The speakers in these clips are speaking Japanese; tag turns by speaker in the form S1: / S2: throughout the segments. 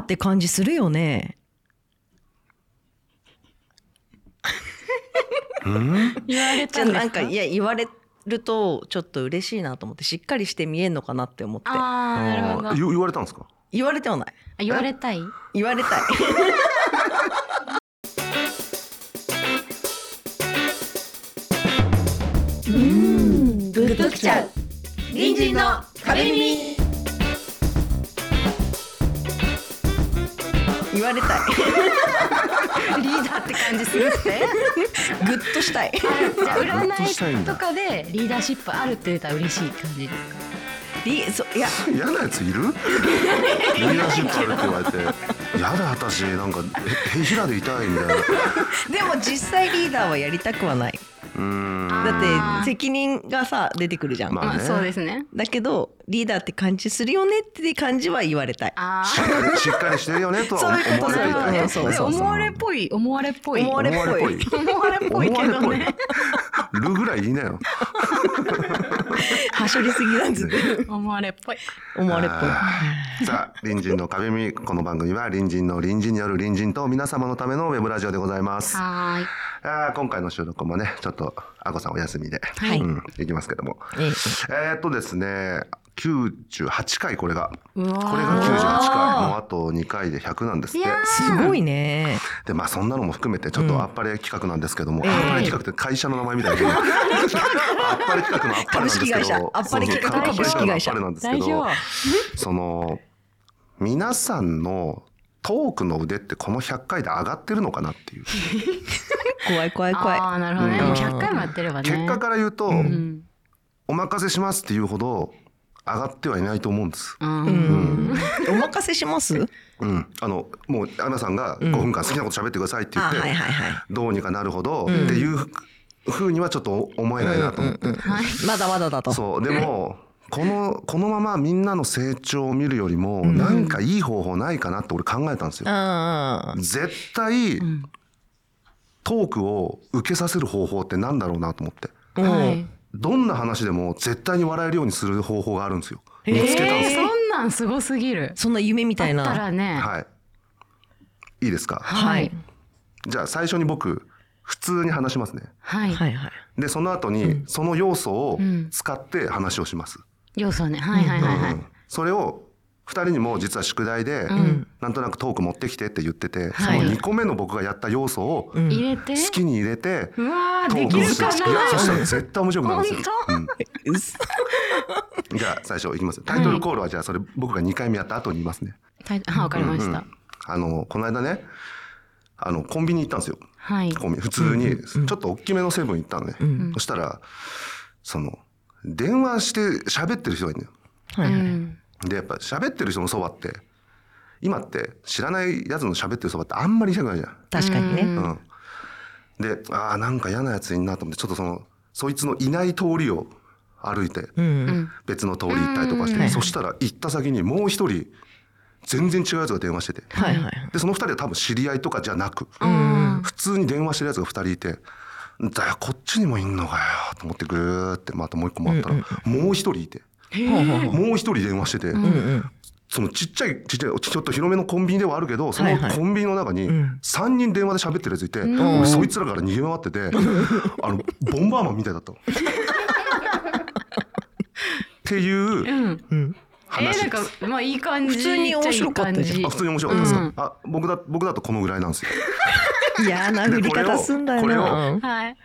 S1: って感じするよね。
S2: 言われ
S3: じゃ
S2: た
S3: あ
S2: んで
S3: な
S2: す
S3: んか
S2: か
S3: いや言われるとちょっと嬉しいなと思ってしっかりして見えんのかなって思って
S2: ああなるほど
S4: あー言言われたんですか
S3: 言われてはない
S2: あ言われたい
S3: 言われたい
S2: グッときちゃう
S3: 隣人の壁耳言われたい リーダーって感じする ってグッとしたい
S2: じゃあ
S4: グッとしたい
S2: 占
S4: ん
S2: い
S4: だ
S2: とかでリーダーシップあるって出たら嬉しい感じですか
S3: リそいや
S4: 嫌なやついるリーダーシップあるって言われて嫌だ私なんかへへひらで痛いみたいなう
S3: でも実際リーダーはやりたくはない
S4: ーん
S3: だっ
S2: あー
S3: て責任がさ出てくるじゃん、
S4: まあ
S2: まあ
S4: ね
S2: そうですね
S3: だけどリーダーって感じするよねって感じは言われたい
S2: あ
S4: しっかりしっかりしてるよねとは
S3: そういう
S4: 思
S3: こ
S4: わ
S3: と
S4: れていたい
S3: そうそ
S2: あ
S3: う
S2: で
S3: そう
S2: 思われっぽい思われっぽい
S3: 思われっぽい
S2: 思われっぽい
S4: 思わ
S2: け
S4: れ
S2: ど
S4: っぽい
S2: ね
S4: るぐらいいいなよ
S3: はしょりすぎなんです って
S2: 思われっぽい
S3: 思われっぽい
S4: ぽい。さあ、隣人の壁見、この番組は隣人の隣人による隣人と皆様のためのウェブラジオでございます。あ
S2: はーい
S4: ー今回の収録もね、ちょっと、あこさんお休みで、
S3: はい
S4: うん、いきますけども。
S3: ええ
S4: えーっとですね、98回これが。
S2: うわ
S4: これが98回。もうあと2回で100なんですっ
S2: い
S4: て。
S2: やー
S3: すごいね
S4: で、まあそんなのも含めて、ちょっとあっぱれ企画なんですけども、
S3: ええ
S4: あっぱれ企画って会社の名前みたいな。あっぱれ企画のあっぱれなんです
S3: 株式
S4: けど。
S3: 会社あっぱれ企画
S4: そうそう
S2: 株式
S3: 会社
S4: あっぱれなんですけ
S2: 代
S4: ど。
S2: 表
S4: その皆さんのトークの腕ってこの100回で上がってるのかなっていう
S3: 怖い怖い怖い
S2: ああなるほどね
S4: うん
S2: もう100回もやってればね
S4: 結果から言うと、
S2: うん
S4: お任せしますっていうほど上がってはいないと思うんです。
S2: うん
S3: うんお任せします
S4: うん、あのもうアナさんが5分間好きなこと喋ってくださいって言
S3: あ
S4: って、
S3: はいはいはい
S4: どうにかなるほどっていうふうにはちょっと思えないなと思って、
S2: はい
S3: まだまだだと
S4: そうでもこのこのままみんなの成長を見るよりもなんかいい方法ないかなって俺考えたんですよ。
S3: あ
S4: 絶対、
S2: ん
S4: トークを受けさせる方法ってなんだろうなと思って
S3: あ
S2: はい
S4: どんな話でも絶対に笑えるようにする方法があるんですよ
S3: え
S4: 見つけたんです、
S2: えーそんなんすごすぎる
S3: そんな夢みたい
S2: だった
S3: な
S2: らね
S4: はいいいですか
S3: はい
S4: じゃあ最初に僕普通に話しますね
S2: はい
S3: はいはい
S4: でその後にその要素を
S2: うん
S4: 使って話をします、
S2: 要素ねはいはいはいは
S4: う
S2: い
S4: んそれを2人にも実は宿題で、
S2: ん
S4: なんとなくトーク持ってきてって言ってて、
S2: はい
S4: その2個目の僕がやった要素を好
S2: 入れて
S4: きに入れて、
S2: うわー
S4: ト
S2: で
S4: ー
S2: き
S4: クを
S2: る
S4: する
S2: か
S4: いやそし
S2: な
S4: たら絶対面白くなるんですよ
S2: 本当
S4: うんじゃあ最初いきますよタイトルコールはじゃあそれ僕が2回目やった後に言いますね。
S2: タイトあわかりまし
S4: う
S2: た
S4: んあのこの間ねあのコンビニ行ったんですよ
S2: はい
S4: コンビニ普通にちょっと大きめのセブン行ったのね、そしたらその電話して喋ってる人がいるのよ。
S3: はいはい
S4: でやっぱ喋ってる人のそばって今って知らないやつの喋ってるそばってあんまり行きたくないじゃん。
S3: 確かにね
S4: うんでああんか嫌なやついんなと思ってちょっとそのそいつのいない通りを歩いて
S3: うん
S4: 別の通り行ったりとかして、
S3: うん
S4: そしたら行った先にもう一人全然違うやつが電話してて
S3: はいはい
S4: でその二人は多分知り合いとかじゃなく、
S2: うん
S4: 普通に電話してるやつが二人いて「だよこっちにもいんのかよ」と思ってぐーってまたもう一個回ったら、もう一人いて。もう一人電話してて、そのちっちゃいちっちゃいちょっと広めのコンビニではあるけどそ
S3: は
S4: の
S3: いはい
S4: コンビニの中に3人電話で喋ってるやついて、俺そいつらから逃げ回ってて、あのボンバーマンみたいだったの。っていう
S2: えー
S4: 話
S2: な
S4: です、
S2: んかまあいい感じ
S3: 普通に面白かったじゃん
S2: いい
S4: あ
S2: 感
S4: 普
S2: じ
S4: 通に面白かったですか、
S2: うん
S4: あ僕だ僕だとこのぐらいなんですよ。
S3: 嫌な振り方すんだよ
S4: これを
S3: なうん
S2: はい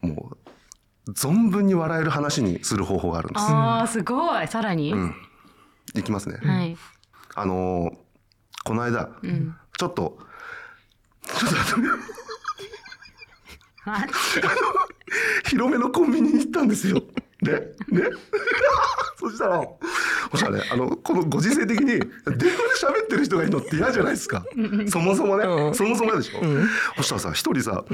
S4: もう存分に笑える話にする方法があるんで
S2: あーすごいさらに
S4: んす。いきますね。
S2: はい
S4: あのーこの間、ちょっとちょっと待って
S2: 待って
S4: 広めのコンビニに行ったんですよ。ねね そしたらそしたらねあのこのご時世的に電話で喋ってる人がいるのって嫌じゃないですかそもそもね、
S3: うん
S4: そもそも嫌でしょ、そしたらさ一人さ、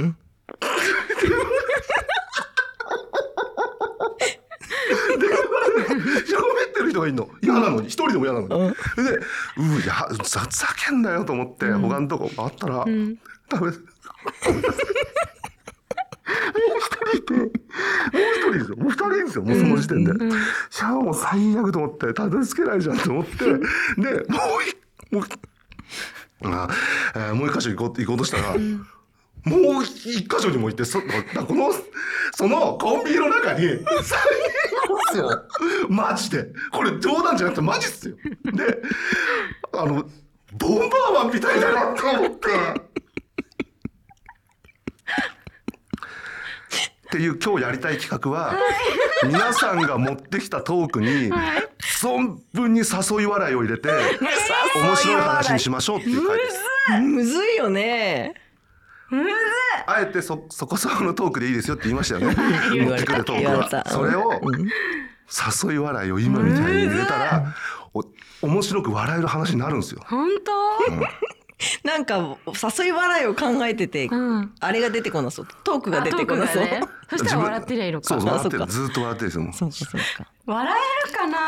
S4: 喋ってる人がいるの嫌なのに一人でも嫌なのに、でうーやざふざけんなよと思って、他のとこ回ったら、ダメですもう一人いてもう一人ですよもう二人ですよもうその時点で、い やもう最悪と思ってたどり着けないじゃんと思ってでもういもうあえーもう一箇所行こう行こうとしたら、もう一箇所にも行ってそだからこのそのコンビニの中に3人いますよマジでこれ冗談じゃなくてマジっすよであのボンバーマンみたいだなと思って。っていう今日やりたい企画は皆さんが持ってきたトークに存分に誘い笑いを入れて面白い話にしましょうっていう回です。
S3: むずいよね。
S4: あえてそそこそこのトークでいいですよって言いましたよ ね。
S3: 言
S4: 持っ
S3: われ
S4: て
S3: た
S4: くるトー
S3: 言われ
S4: クは
S3: た
S4: それを誘い笑いを今みたいに入れたらお面白く笑える話になるんですよ。
S2: 本
S3: なんか誘い笑いを考えてて、
S2: 当？うん。
S3: あれが出てこなそう。トークが出てこな
S2: あト
S3: そう。
S2: ークがねそしたら笑ってりゃいいの
S4: そ
S2: か
S4: う。
S3: あ
S4: 笑って
S3: そ
S4: る
S3: っか
S4: ずっと笑ってるんです
S3: そ
S4: よ。
S3: うかそうか。
S2: 笑えるかな。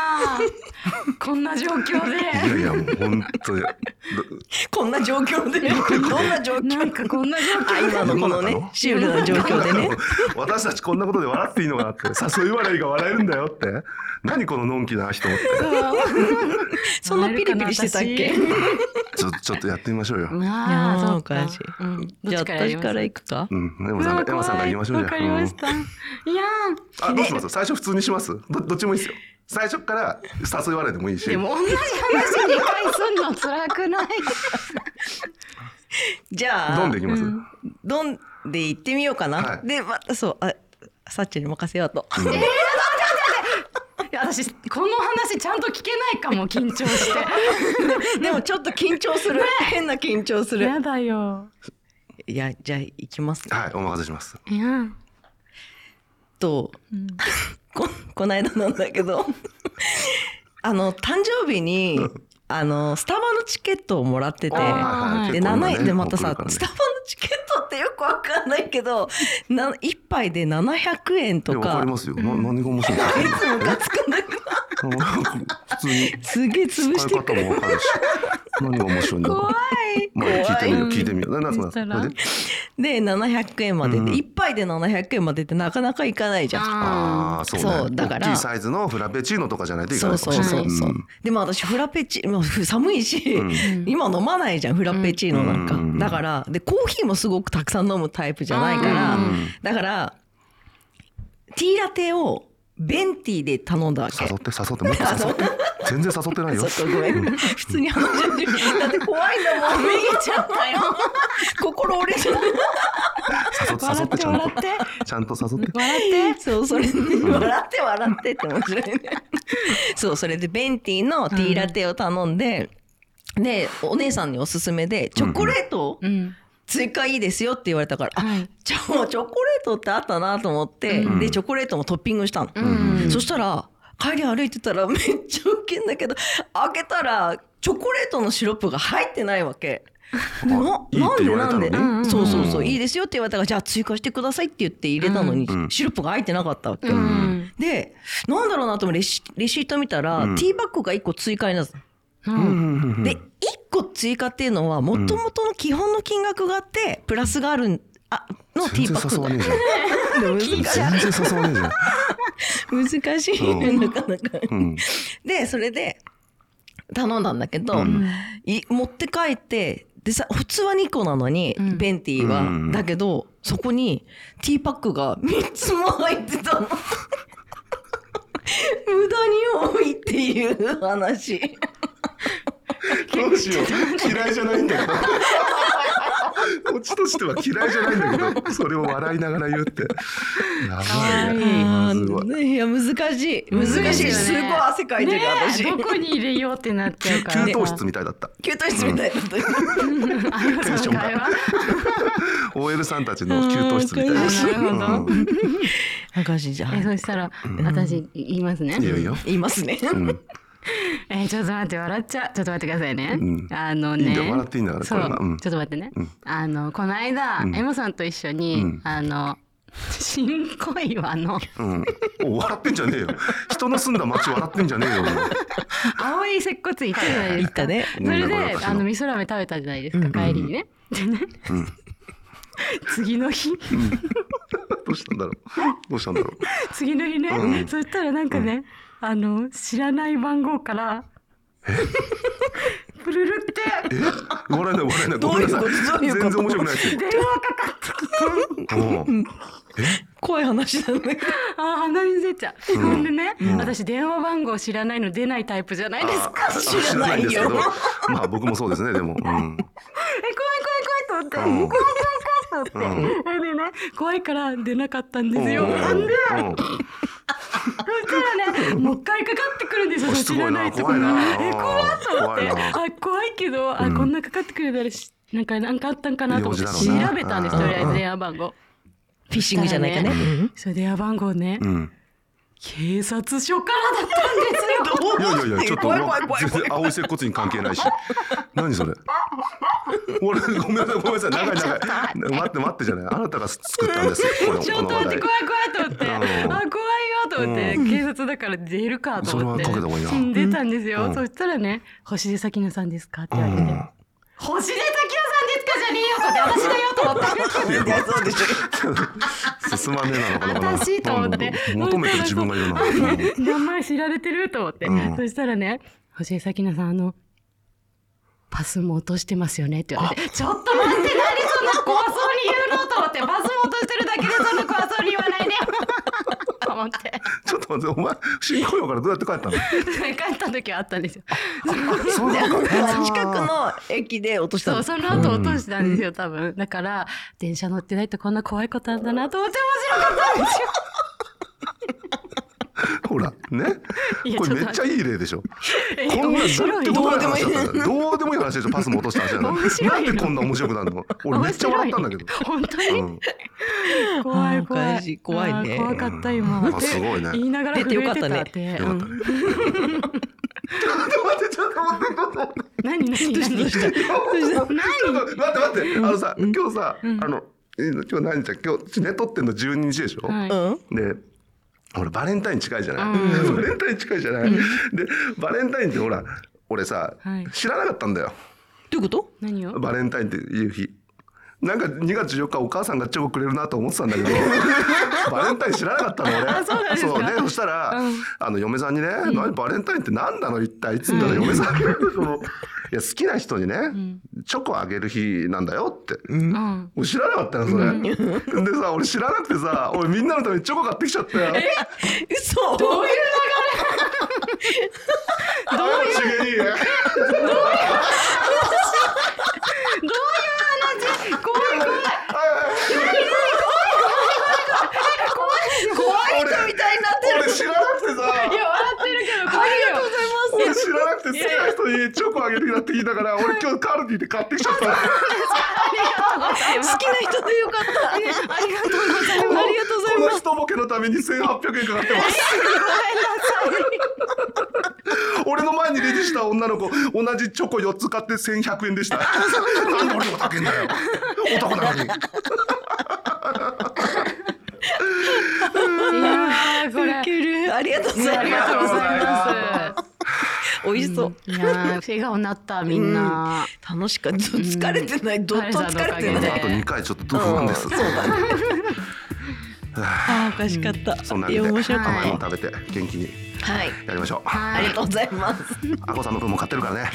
S2: こんな状況
S4: いや
S2: で。
S4: いやもう本当に。
S3: こんな状況 で、どんな状
S2: な
S3: 況
S2: んかこんな状
S3: あ
S2: 況
S3: 今のこの
S4: 世の中の
S3: ね、シュールな状況でね。
S4: 私たちこんなことで笑っていいのかなって誘い笑いが笑えるんだよって何こののんきな人って
S3: そんなピリピリしてたっけ
S4: ちょちょっとやってみましょうよ。
S2: まあ
S3: いやー
S2: そうか
S3: おかしい
S2: うんどっ
S3: じゃあ
S2: ちからやり
S3: 私
S2: ます
S3: から行くか
S4: うん、山さん山さんから言いましょう
S2: わ
S4: じゃ
S2: か
S4: あ
S2: りました。いや
S4: うんあどうします最初普通にしますどどっちもいいですよ最初から誘い笑いでもいいし
S2: ー、でも同じ話2回すんの辛くない。
S3: じゃあ、
S4: どんでいきます、
S2: うん
S3: どんで行ってみようかな。
S4: はい
S3: で、ま、そう、あ、サッチに任せようと。
S2: いや私この話ちゃんと聞けないかも緊張して。
S3: でもちょっと緊張する。変な緊張する。
S2: やだよ。
S3: いや、じゃあ行きます。
S4: はいお任せします
S2: いや。
S3: と、
S2: うん
S3: こ、 こないだなんだけど、 あの、誕生日に、あの、スタバのチケットをもらってて、
S2: あー
S3: で
S4: 結構今
S3: 7円でまたさ、
S4: 送るからね
S3: スタバのチケットってよくわかんないけどな1杯で700円
S4: いや
S3: と
S4: わ
S3: か
S4: かりますよ、な何が面白いのか
S3: いつもかつくんだけど
S4: 普通に
S3: すげえ潰し
S4: 使
S3: て
S4: い
S3: く
S4: 方
S3: る
S4: もわかるし何が面白いの
S2: 怖
S4: か
S2: い。
S4: まあ聞いてみよう
S2: 怖い
S4: 聞いてみようななそんな
S2: そしたら
S4: それで
S3: で700円までで、
S4: うん
S3: 一1杯で700円までってなかなかいかないじゃん。
S4: ああそうね
S3: そうだから
S4: 大きいサイズのフラペチーノとかじゃないといか
S3: そ
S4: な
S3: う
S4: いか
S3: そ
S4: も
S3: う
S4: しれない
S3: そうそう、でも私フラペチーノふ寒いし、
S4: ん
S3: 今飲まないじゃんフラペチーノなんか、
S4: うん
S3: だからでコーヒーもすごくたくさん飲むタイプじゃないから、
S4: うん
S3: だからティーラテをベンティーで頼んだわけ
S4: 誘って誘ってもっと誘って全然誘ってないよ
S3: そっかごめん普通に話し合ってるだって怖いんだもん逃げちゃったよ心折れちゃっ
S4: 誘って誘
S2: 笑
S4: っ
S2: ってて
S4: ちゃん
S2: 笑
S4: と
S2: って。
S4: ちゃんと誘って
S3: 笑ってそうそれで笑って笑ってって面白いねそうそれでベンティのティーラテを頼んで、でお姉さんにおすすめでチョコレートを
S2: うん。
S3: 追加いいですよって言われたから、あ
S2: はい。
S3: じゃあもうチョコレートってあったなと思って、
S4: うん
S3: でチョコレートもトッピングしたの、
S2: うん。
S3: そしたら帰り歩いてたらめっちゃウケんだけど開けたらチョコレートのシロップが入ってないわけ。ない
S4: いっ
S3: な
S4: て
S3: んで
S4: 言われ
S3: な
S4: たの
S3: ん
S4: に
S3: で、
S4: うん
S3: そうそう
S4: う
S3: そ
S4: ん
S3: ういいですよって言われたからじゃあ追加してくださいって言って入れたのに、
S4: うん
S3: シロップが入ってなかったわけ、
S2: うん。
S3: でなんだろうなと思ってレシレシート見たら、
S4: うん
S3: ティーバッグが1個追加になった
S2: うん。
S3: で1個追加っていうのはもともとの基本の金額があってプラスがあるんあのティ
S4: 全
S3: ーバ
S4: 然
S3: ッグ
S4: 誘わ
S3: が
S4: ねえじゃん 全然誘わねえじゃん
S3: 難しいよね、
S4: うん
S3: なかなか。
S4: うん
S3: でそれで頼んだんだけど、
S4: うん
S3: い持って帰ってでさ普通は2個なのに、
S2: うん
S3: ベンティーは、
S4: うん
S3: だけどそこにティーパックが3つも入ってたの。 無駄に多いっていう話。
S4: どうしよう嫌いじゃないんだけどオチとしては嫌いじゃないんだけどそれを笑いながら言うってやばいね
S3: あ
S4: すごい
S3: ーねいや難しい難しい
S4: 難しいよね
S3: すごい汗かいてる、
S2: ねえ
S3: 私
S2: どこに入れようってなっちゃうから。
S4: 給湯室みたいだった
S3: 給湯室みたいだった、
S2: あなた
S4: テンション
S2: の
S4: が
S2: 会話。
S4: OL さんたちの給湯室みたいだった
S2: あーなるほど
S4: うん
S3: 昔じゃ
S2: え
S3: ん
S2: そしたら私言いますね。
S4: いいよいいよ
S3: 言いますね、
S4: うん
S2: えーちょっと待って笑っちゃうちょっと待ってくださいね、
S4: うん
S2: あの
S4: いいん
S2: ね
S4: だよ笑っていいんだから
S2: そう
S4: これはうん
S2: ちょっと待ってね、
S4: うん
S2: あのこの間、
S4: うん
S2: エモさんと一緒に、
S4: うん
S2: あの新小岩の
S4: うんお笑ってんじゃねえよ人の住んだ町笑ってんじゃねえよ
S2: 青い接骨院行ったじゃないで
S3: 言っ
S2: すか、
S3: たね
S2: それ
S4: うんなんか
S2: で
S4: 私の
S2: あの味噌ラーメン食べたじゃないですか、帰りにねでね
S4: うん
S2: 次 の日
S4: どうしたんだろうどうしたんだろ
S2: 次の日ね、
S4: うん
S2: そしたらなんかね、あ の知らない番号からプルルって
S4: う笑えない笑えないごめんなさい
S3: どういうことどういうこと
S4: 全然面白くないですよ
S2: 電話かかっ
S4: う
S2: て
S4: ん
S3: 怖い話なんだけど。
S2: あー鼻に出ちゃう、
S4: うん
S2: ほんでね、
S4: うん
S2: 私電話番号知らないの出ないタイプじゃないですか
S4: あー
S3: 知らないよ
S4: 知らないんですけどまあ僕もそうですねでもうん
S2: え怖い怖い怖いと
S4: う
S2: 思
S4: ん
S2: って怖い怖い怖いと思って、それでね怖いから出なかったんですよ、
S4: うん
S2: ほんで
S4: うん
S2: そしたらねもう一回かかってくるんですよ
S4: あ
S2: 知らないと
S4: す
S2: こ
S4: ごい
S2: が
S4: な
S2: え怖いと思っ
S4: 怖
S2: て
S4: いな
S2: あ怖いけどあ
S4: うん
S2: こんなかかってくるだろうしなんかなんかあったんかなと思って
S4: 用
S2: 調
S4: 事だろうな
S2: べたんですとりあえず電話番号
S3: フィッシングじゃないかね。うん
S2: それ電話番号ね
S4: うん
S2: 警察署からだったんです
S4: いや
S2: よ
S4: いやいやちょっと
S3: 怖い怖い怖い
S4: 全然青い接骨院関係ないし何それ俺ごめんなさいごめんなさい長い長い待って待ってじゃないあなたが作ったんですよこれ
S2: ちょ
S4: こ
S2: っと
S4: の
S2: 待
S4: 話
S2: っ
S4: 題
S2: て怖い怖いと思ってあ
S4: うん
S2: 怖いよと思って、
S4: う
S2: 警察だから出るかと思って
S4: それはかけた方がいいな
S2: うん出たんですよ、
S4: うん
S2: そしたらね「星出咲菜さんですか?」って
S4: う
S2: 言われて「
S4: ん
S2: 星出咲菜さんですか?」じゃねえよと思って私だよと思っ
S3: い
S2: て。
S3: やそうでしょ。
S4: 進まね えなのかな
S2: 私と思って
S4: うん求めてる自分がいるなうん
S2: 名前知られてると思って、
S4: うん
S2: そしたらね「星江咲菜さんあのパスも落としてますよね」って言われて「ちょっと待って何そんな怖そうに言うの?」と思って「パスも落としてるだけでそんな怖そうに言わ ないで」と思って
S4: ちょっと待ってお前新婚業からどうやって帰ったの
S2: 帰った時はあったんですよ
S4: そうなんだ
S3: 近くの駅で落とした
S2: そう
S3: の。
S2: その後落としたんですよ多分だから電車乗ってないとこんな怖いことなんだなと思って面白かったんですよ
S4: ほらね
S2: いや
S4: これめ
S2: ちょっと待って
S4: っちゃいい例でしょ
S2: え
S4: こんな
S2: 面
S4: ん
S2: 白い
S4: てことない話
S3: どうでもいい
S4: だったんだどうでもいい話でしょパスも落とした話だ
S2: 面
S4: な
S2: 白
S4: ないん
S2: の
S4: でこんな面白くなるの俺めっちゃ笑ったんだけど
S2: 面白い本当に、
S4: うん
S2: 怖い怖
S3: おか
S2: い
S3: しい怖いね
S2: あー怖かった今、
S4: うんあすごいね
S2: 言いながら
S3: 出てよ
S2: 震え
S3: かってた
S2: た
S3: ね
S2: って
S4: よかったね。 ちょっと待って、ちょっと待って、ちょっと待って。
S2: 何何
S3: どうしたどうし
S2: 何
S3: た
S4: ちょっと待って待って、あのさ、今日さ、あの、えー今日何日だ今日、ね、撮ってんの12日でしょ、
S2: はい
S3: うん。
S4: で、俺バレンタイン近いじゃない、
S2: う
S4: バレンタイン近いじゃない、で、バレンタインってほら、俺さ、
S2: はい
S4: 知らなかったんだよ。
S3: どういうこと？
S2: 何を
S4: バレンタインっていう日。なんか2月14日お母さんがチョコくれるなと思ってたんだ けどバレンタイン知らなかったの俺
S2: あそうなんですか
S4: そうねそしたら、あの嫁さんにね、何バレンタインって何なの一体」っつったら嫁さんが、そのいや好きな人にね、チョコあげる日なんだよって、
S2: うん
S4: 俺知らなかったのそれ、でさ俺知らなくてさ俺みんなのためにチョコ買ってきちゃったよ
S3: 嘘。どういう
S4: どういう
S3: 怖い 人みたいになってる。
S4: 俺知らなくてさ
S2: い や笑ってるけど怖いよ
S4: 俺知らなくて好きな人にチョコあげるなって聞いたから俺今日カルディで買ってきちゃった
S3: 好きな人でよかった。ありがとうございます。ありがとうござい
S4: こ
S3: ま
S4: の人ボケのために1800円かかってます俺の前にレジした女の子同じチョコ4つ買って1100円でし たなんで俺も高けんだよ男なのに
S2: いやーこれ
S3: す。ウケる。ありがとうござい
S2: あ
S3: ま
S2: り
S3: す。
S2: がとうございま
S3: 美味しそう。
S2: すいやー笑顔になったみんな、
S3: 楽しかった。疲れてない。どっと疲れて
S2: 疲れたのおかげで
S3: ない。
S4: あと2回ちょっと不安です、
S3: そうだね。あーおかしかった。
S4: そんなわ
S3: い
S4: け
S3: や
S4: で
S3: 面白かっ
S4: 甘いもの食べて元気に
S3: た。はい。
S4: やりま しょう
S3: ありがとうございます。
S4: あこさんの分も買ってるから ね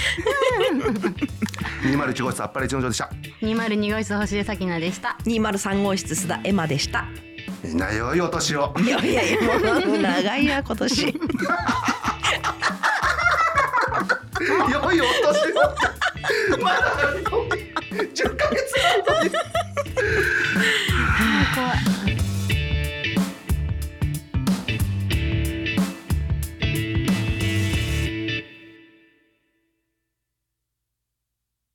S4: 201号室あっぱれ一の城でした
S2: 202号室星出咲菜でした
S3: 二丸三号室須田エマでした。
S4: みんな良いお年を
S3: いやいやいやもう長いな今年。
S4: 良いお年をまだ10ヶ月なのに